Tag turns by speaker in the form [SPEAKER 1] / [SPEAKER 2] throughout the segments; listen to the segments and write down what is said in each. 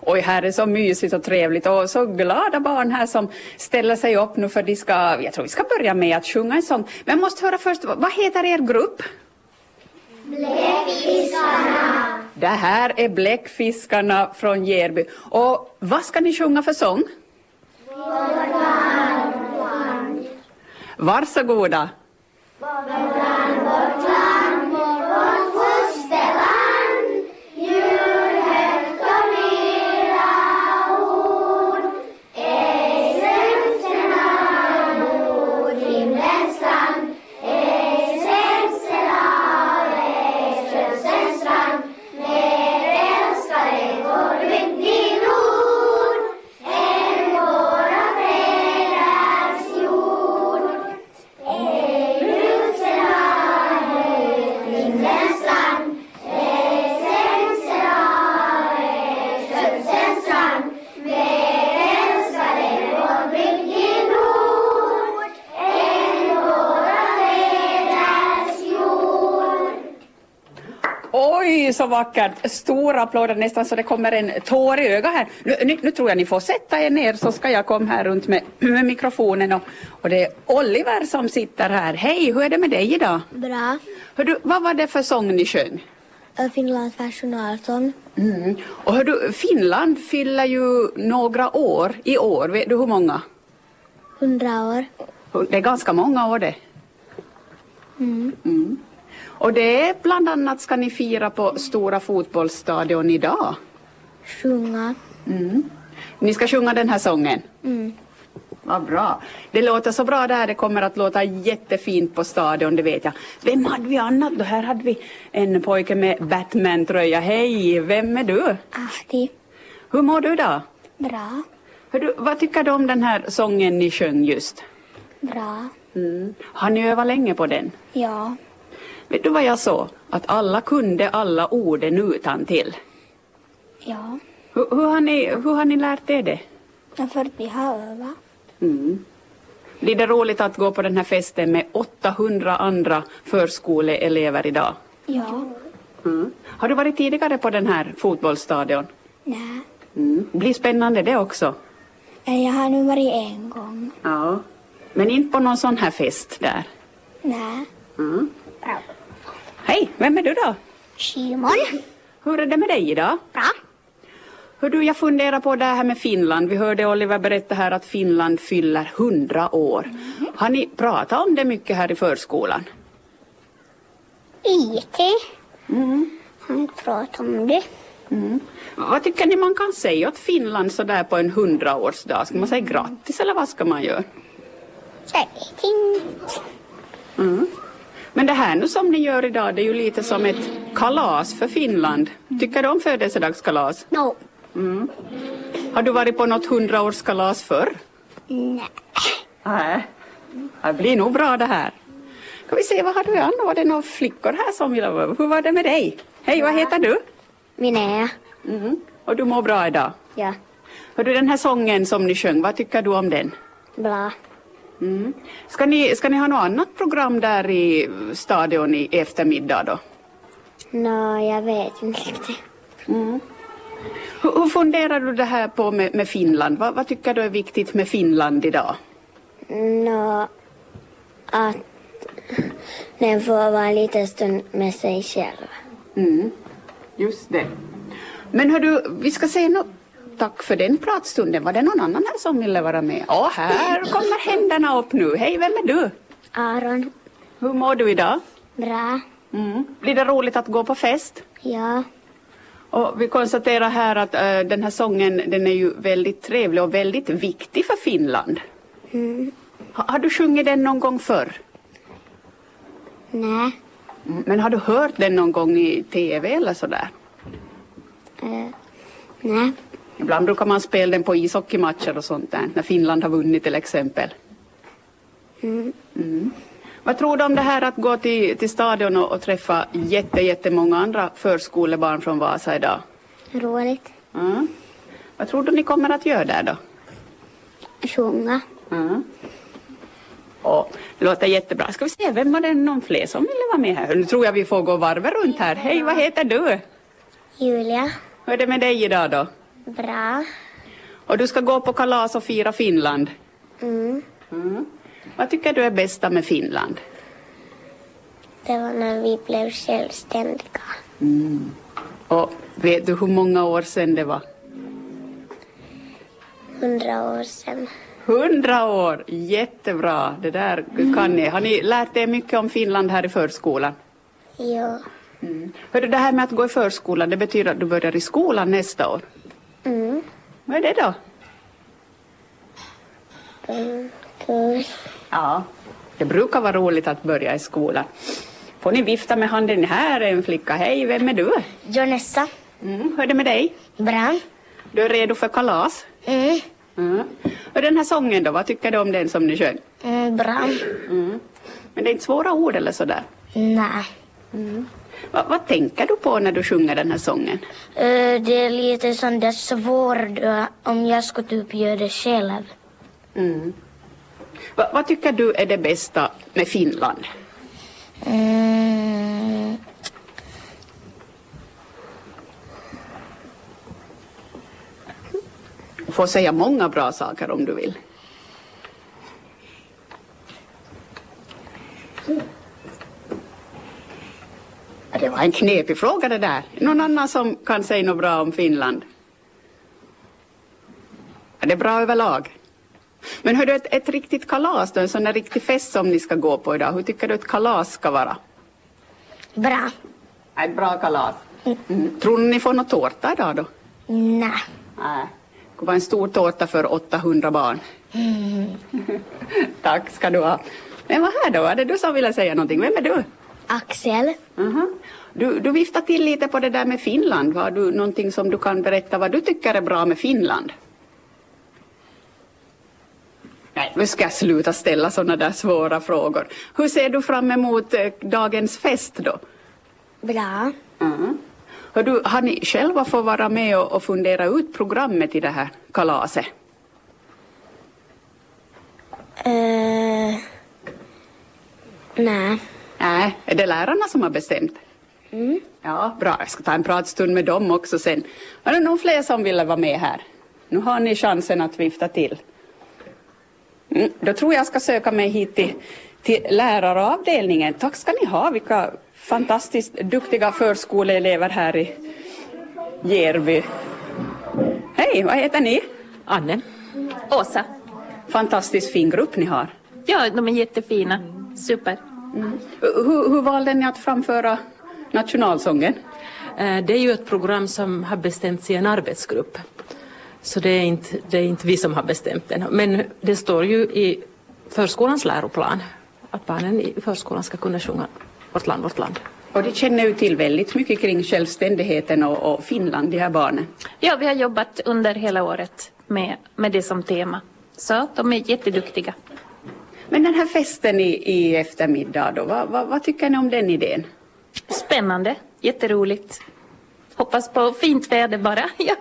[SPEAKER 1] Oj, här är så mysigt och trevligt och så glada barn här som ställer sig upp nu för de ska, jag tror vi ska börja med att sjunga en sång. Men jag måste höra först, vad heter er grupp?
[SPEAKER 2] Bläckfiskarna.
[SPEAKER 1] Det här är Bläckfiskarna från Järby. Och vad ska ni sjunga för sång? Varsågoda.
[SPEAKER 2] Vårt land, vårt land, vårt fosterland, djurhögt och mera ord. Ej svenskarna nord, himlens land, ej svenskarna västkusens land. Mer älskade vår bygd i nord än våra fäders jord.
[SPEAKER 1] Oj, så vackert! Stora applåder, nästan så det kommer en tår i ögat här. Nu, nu, nu tror jag ni får sätta er ner så ska jag komma här runt med, med mikrofonen. Och, och det är Oliver som sitter här. Hej, hur är det med dig idag?
[SPEAKER 3] Bra.
[SPEAKER 1] Hör du, vad var det för sång ni sjöng?
[SPEAKER 3] Ö, Finlands nationalsång.
[SPEAKER 1] Mm. Och hör du, Finland fyller ju några år i år. Vet du hur många?
[SPEAKER 3] 100 år.
[SPEAKER 1] Det är ganska många år det. Mm. Och det är bland annat ska ni fira på Stora fotbollsstadion idag.
[SPEAKER 3] Sjunga.
[SPEAKER 1] Mm. Ni ska sjunga den här sången.
[SPEAKER 3] Mm.
[SPEAKER 1] Vad bra. Det låter så bra där. Det kommer att låta jättefint på stadion, det vet jag. Vem hade vi annat då? Här hade vi en pojke med Batman-tröja. Hej, vem är du?
[SPEAKER 3] Ahti.
[SPEAKER 1] Hur mår du då?
[SPEAKER 3] Ah, Bra.
[SPEAKER 1] Hör du, vad tycker du om den här sången ni sjöng just?
[SPEAKER 3] Bra.
[SPEAKER 1] Mm. Har ni övat länge på den?
[SPEAKER 3] Ja.
[SPEAKER 1] Vet du vad jag sa? Att alla kunde alla orden utan till.
[SPEAKER 3] Ja.
[SPEAKER 1] Hur, hur, har ni, hur har ni lärt er det?
[SPEAKER 3] Men För att vi har övat.
[SPEAKER 1] Mm. Blir det roligt att gå på den här festen med 800 andra förskoleelever idag?
[SPEAKER 3] Ja.
[SPEAKER 1] Mm. Har du varit tidigare på den här fotbollsstadion?
[SPEAKER 3] Nej.
[SPEAKER 1] Mm. Blir spännande det också?
[SPEAKER 3] Eh, Jag har nu varit en gång.
[SPEAKER 1] Ja. Men inte på någon sån här fest där?
[SPEAKER 3] Nej.
[SPEAKER 1] Mm. Hej, vem är du då?
[SPEAKER 3] Simon.
[SPEAKER 1] Hur är det med dig idag?
[SPEAKER 3] Bra.
[SPEAKER 1] Hör du, jag funderar på det här med Finland. Vi hörde Oliver berätta här att Finland fyller 100 år. Har ni pratat om det mycket här i förskolan?
[SPEAKER 3] IT. Han pratar om det.
[SPEAKER 1] Vad tycker ni man kan säga åt Finland sådär på en hundraårsdag? Ska man säga grattis eller vad ska man göra?
[SPEAKER 3] Jag vet inte.
[SPEAKER 1] Mm. Men det här nu som ni gör idag, det är ju lite som ett kalas för Finland. Tycker du om födelsedagskalas?
[SPEAKER 3] No.
[SPEAKER 1] Mm. Har du varit på något hundraårskalas förr?
[SPEAKER 3] Nej.
[SPEAKER 1] Nej. Det blir nog bra det här. Ska vi se, vad har du an? Var det några flickor här som ville vara? Hur var det med dig? Hej, vad heter du?
[SPEAKER 3] Minä.
[SPEAKER 1] Mm. Och du mår bra idag?
[SPEAKER 3] Ja.
[SPEAKER 1] Hör du den här sången som ni sjöng, vad tycker du om den?
[SPEAKER 3] Bra.
[SPEAKER 1] Mm. Ska, ni, ska ni ha något annat program där i stadion i eftermiddag då?
[SPEAKER 3] Nå, jag vet inte riktigt.
[SPEAKER 1] Hur, hur funderar du det här på med, med Finland? Vad, vad tycker du är viktigt med Finland idag?
[SPEAKER 3] Nå, att den får vara en liten stund med sig själv.
[SPEAKER 1] Mm. Just det. Men hör du, vi ska säga något. Tack för den pratstunden. Var det någon annan här som ville vara med? Ja, här kommer händerna upp nu. Hej, vem är du?
[SPEAKER 3] Aron,
[SPEAKER 1] Hur mår du idag?
[SPEAKER 3] bra.
[SPEAKER 1] Mm. Blir det roligt att gå på fest?
[SPEAKER 3] Ja,
[SPEAKER 1] Och vi konstaterar här att eh, den här sången den är ju väldigt trevlig och väldigt viktig för Finland. Ha, har du sjungit den någon gång förr?
[SPEAKER 3] nej,
[SPEAKER 1] Men har du hört den någon gång i TV eller sådär?
[SPEAKER 3] nej,
[SPEAKER 1] Ibland brukar man spela den på ishockeymatcher och sånt där, när Finland har vunnit till exempel. Mm. Vad tror du om det här att gå till, till stadion och, och träffa jätte, jättemånga andra förskolebarn från Vasa idag?
[SPEAKER 3] roligt.
[SPEAKER 1] Mm. Vad tror du ni kommer att göra där då?
[SPEAKER 3] Sjunga.
[SPEAKER 1] Mm. Ja, det låter jättebra. Ska vi se, vem var det någon fler som ville vara med här? Nu tror jag vi får gå varvet runt här. Hej, vad heter du?
[SPEAKER 3] Julia,
[SPEAKER 1] Hur är det med dig idag då?
[SPEAKER 3] Bra.
[SPEAKER 1] Och du ska gå på kalas och fira Finland.
[SPEAKER 3] Mm.
[SPEAKER 1] Mm. Vad tycker du är bästa med Finland?
[SPEAKER 3] Det var när vi blev självständiga.
[SPEAKER 1] Och vet du hur många år sedan det var?
[SPEAKER 3] Hundra år sedan.
[SPEAKER 1] Hundra år! Jättebra! Det där kan ni. Har ni lärt er mycket om Finland här i förskolan?
[SPEAKER 3] Ja.
[SPEAKER 1] Mm. Hörru, det här med att gå i förskolan, det betyder att du börjar i skolan nästa år.
[SPEAKER 3] Mm.
[SPEAKER 1] Vad är det då?
[SPEAKER 3] Kul.
[SPEAKER 1] Ja, det brukar vara roligt att börja i skolan. Får ni vifta med handen? Här är en flicka. Hej, vem är du?
[SPEAKER 3] Jonessa.
[SPEAKER 1] Mm, hur är det med dig?
[SPEAKER 3] Bra.
[SPEAKER 1] Du är redo för kalas?
[SPEAKER 3] Mm.
[SPEAKER 1] Mm. Och den här sången då, vad tycker du om den som ni sjöng?
[SPEAKER 3] Mm, bra.
[SPEAKER 1] Mm. Men det är inte svåra ord eller sådär.
[SPEAKER 3] Nej.
[SPEAKER 1] Va, vad tänker du på när du sjunger den här sången?
[SPEAKER 3] Eh, Det är lite som det är svårt eh, om jag skulle typ göra det själv.
[SPEAKER 1] Mm. Va, vad tycker du är det bästa med Finland?
[SPEAKER 3] Mm.
[SPEAKER 1] Du får säga många bra saker om du vill. Ja, Det var en knepig fråga det där. Någon annan som kan säga något bra om Finland? Är det bra överlag? Men hör du, ett, ett riktigt kalas då, en sån där riktig fest som ni ska gå på idag, hur tycker du ett kalas ska vara?
[SPEAKER 3] Bra.
[SPEAKER 1] Ett bra kalas. Mm. Tror ni ni får någon tårta idag då?
[SPEAKER 3] Nej.
[SPEAKER 1] Nej. Det kommer vara en stor tårta för 800 barn. Tack ska du ha. Men vad här då? Var det du som ville säga någonting? Vem är du?
[SPEAKER 3] Axel.
[SPEAKER 1] Mhm. Du, du viftar till lite på det där med Finland. Har du någonting som du kan berätta vad du tycker är bra med Finland? Nej, nu ska jag sluta ställa sådana där svåra frågor. Hur ser du fram emot eh, dagens fest då?
[SPEAKER 3] Bra.
[SPEAKER 1] Mm. Hör du, har ni själva fått vara med och, och fundera ut programmet i det här kalaset?
[SPEAKER 3] Uh, nej.
[SPEAKER 1] Nej, är det lärarna som har bestämt?
[SPEAKER 3] Mm.
[SPEAKER 1] Ja, bra. Jag ska ta en pratstund med dem också sen. Var det någon fler som ville vara med här? Nu har ni chansen att vifta till. Mm, då tror jag ska söka mig hit till, till läraravdelningen. Tack ska ni ha, vilka fantastiskt duktiga förskoleelever här i Järby. Hej, vad heter ni?
[SPEAKER 4] Anne. Åsa.
[SPEAKER 1] Fantastiskt fin grupp ni har.
[SPEAKER 4] Ja, de är jättefina. Super.
[SPEAKER 1] Hur, hur valde ni att framföra nationalsången?
[SPEAKER 5] Eh, Det är ju ett program som har bestämts i en arbetsgrupp. Så det är inte, det är inte vi som har bestämt den. Men det står ju i förskolans läroplan att barnen i förskolan ska kunna sjunga Vårt land, vårt land.
[SPEAKER 1] Och de känner ju till väldigt mycket kring självständigheten och, och Finland, de här barnen.
[SPEAKER 4] Ja, vi har jobbat under hela året med, med det som tema. Så de är jätteduktiga.
[SPEAKER 1] Men den här festen i, i eftermiddag då, vad, vad, vad tycker ni om den idén?
[SPEAKER 4] Spännande, jätteroligt. Hoppas på fint väder bara. Ja.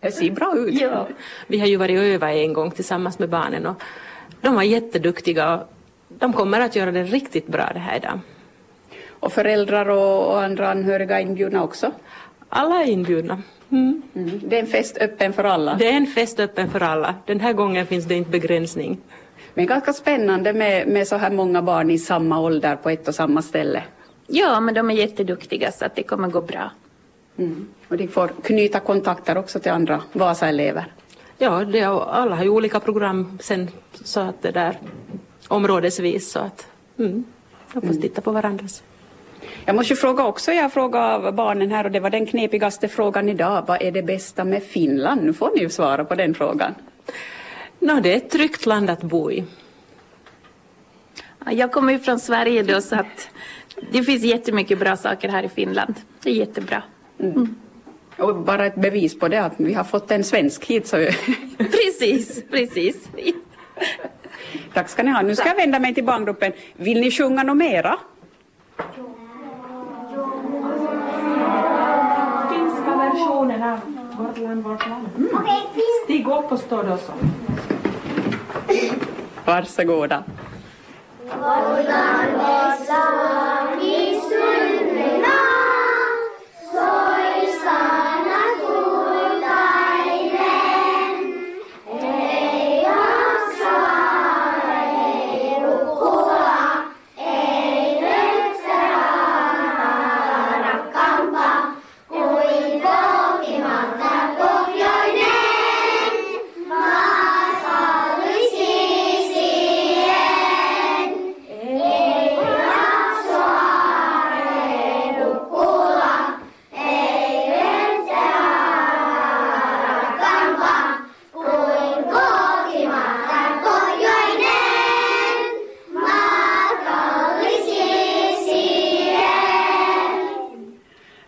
[SPEAKER 1] Det ser bra ut.
[SPEAKER 4] Ja.
[SPEAKER 5] Vi har ju varit och övat en gång tillsammans med barnen och de var jätteduktiga och de kommer att göra det riktigt bra det här idag.
[SPEAKER 1] Och föräldrar och, och andra anhöriga är inbjudna också.
[SPEAKER 5] Alla är inbjudna. Mm.
[SPEAKER 1] Mm. Det är en fest öppen för alla.
[SPEAKER 5] Det är en fest öppen för alla. Den här gången finns det inte begränsning.
[SPEAKER 1] Men ganska spännande med, med så här många barn i samma ålder på ett och samma ställe.
[SPEAKER 4] ja, men de är jätteduktiga så att det kommer gå bra.
[SPEAKER 1] Mm. Och de får knyta kontakter också till andra Vasa-elever.
[SPEAKER 5] Ja, det, och alla har ju olika program sen så att det där områdesvis så att mm, de får titta på varandras.
[SPEAKER 1] Jag måste ju fråga också, jag frågade av barnen här och det var den knepigaste frågan idag. Vad är det bästa med Finland? Nu får ni ju svara på den frågan.
[SPEAKER 5] Nå, det är ett tryggt land att bo i.
[SPEAKER 4] Ja, Jag kommer ju från Sverige då så att det finns jättemycket bra saker här i Finland. Det är jättebra.
[SPEAKER 1] Och bara ett bevis på det att vi har fått en svensk hit. Så...
[SPEAKER 4] Precis, precis.
[SPEAKER 1] Tack ska ni ha. Nu ska jag vända mig till barngruppen. Vill ni sjunga något mera?
[SPEAKER 6] finska versionen av Vårt land, vårt land.
[SPEAKER 2] Okej, finns
[SPEAKER 6] Stig upp och stå då så.
[SPEAKER 1] Varsågoda.
[SPEAKER 2] Sundena, sorgsna gulda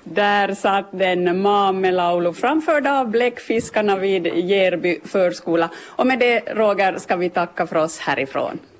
[SPEAKER 1] Där satt den Maamelaulu framförd av Bläckfiskarna vid Gerby förskola. Och med det, Roger, ska vi tacka för oss härifrån.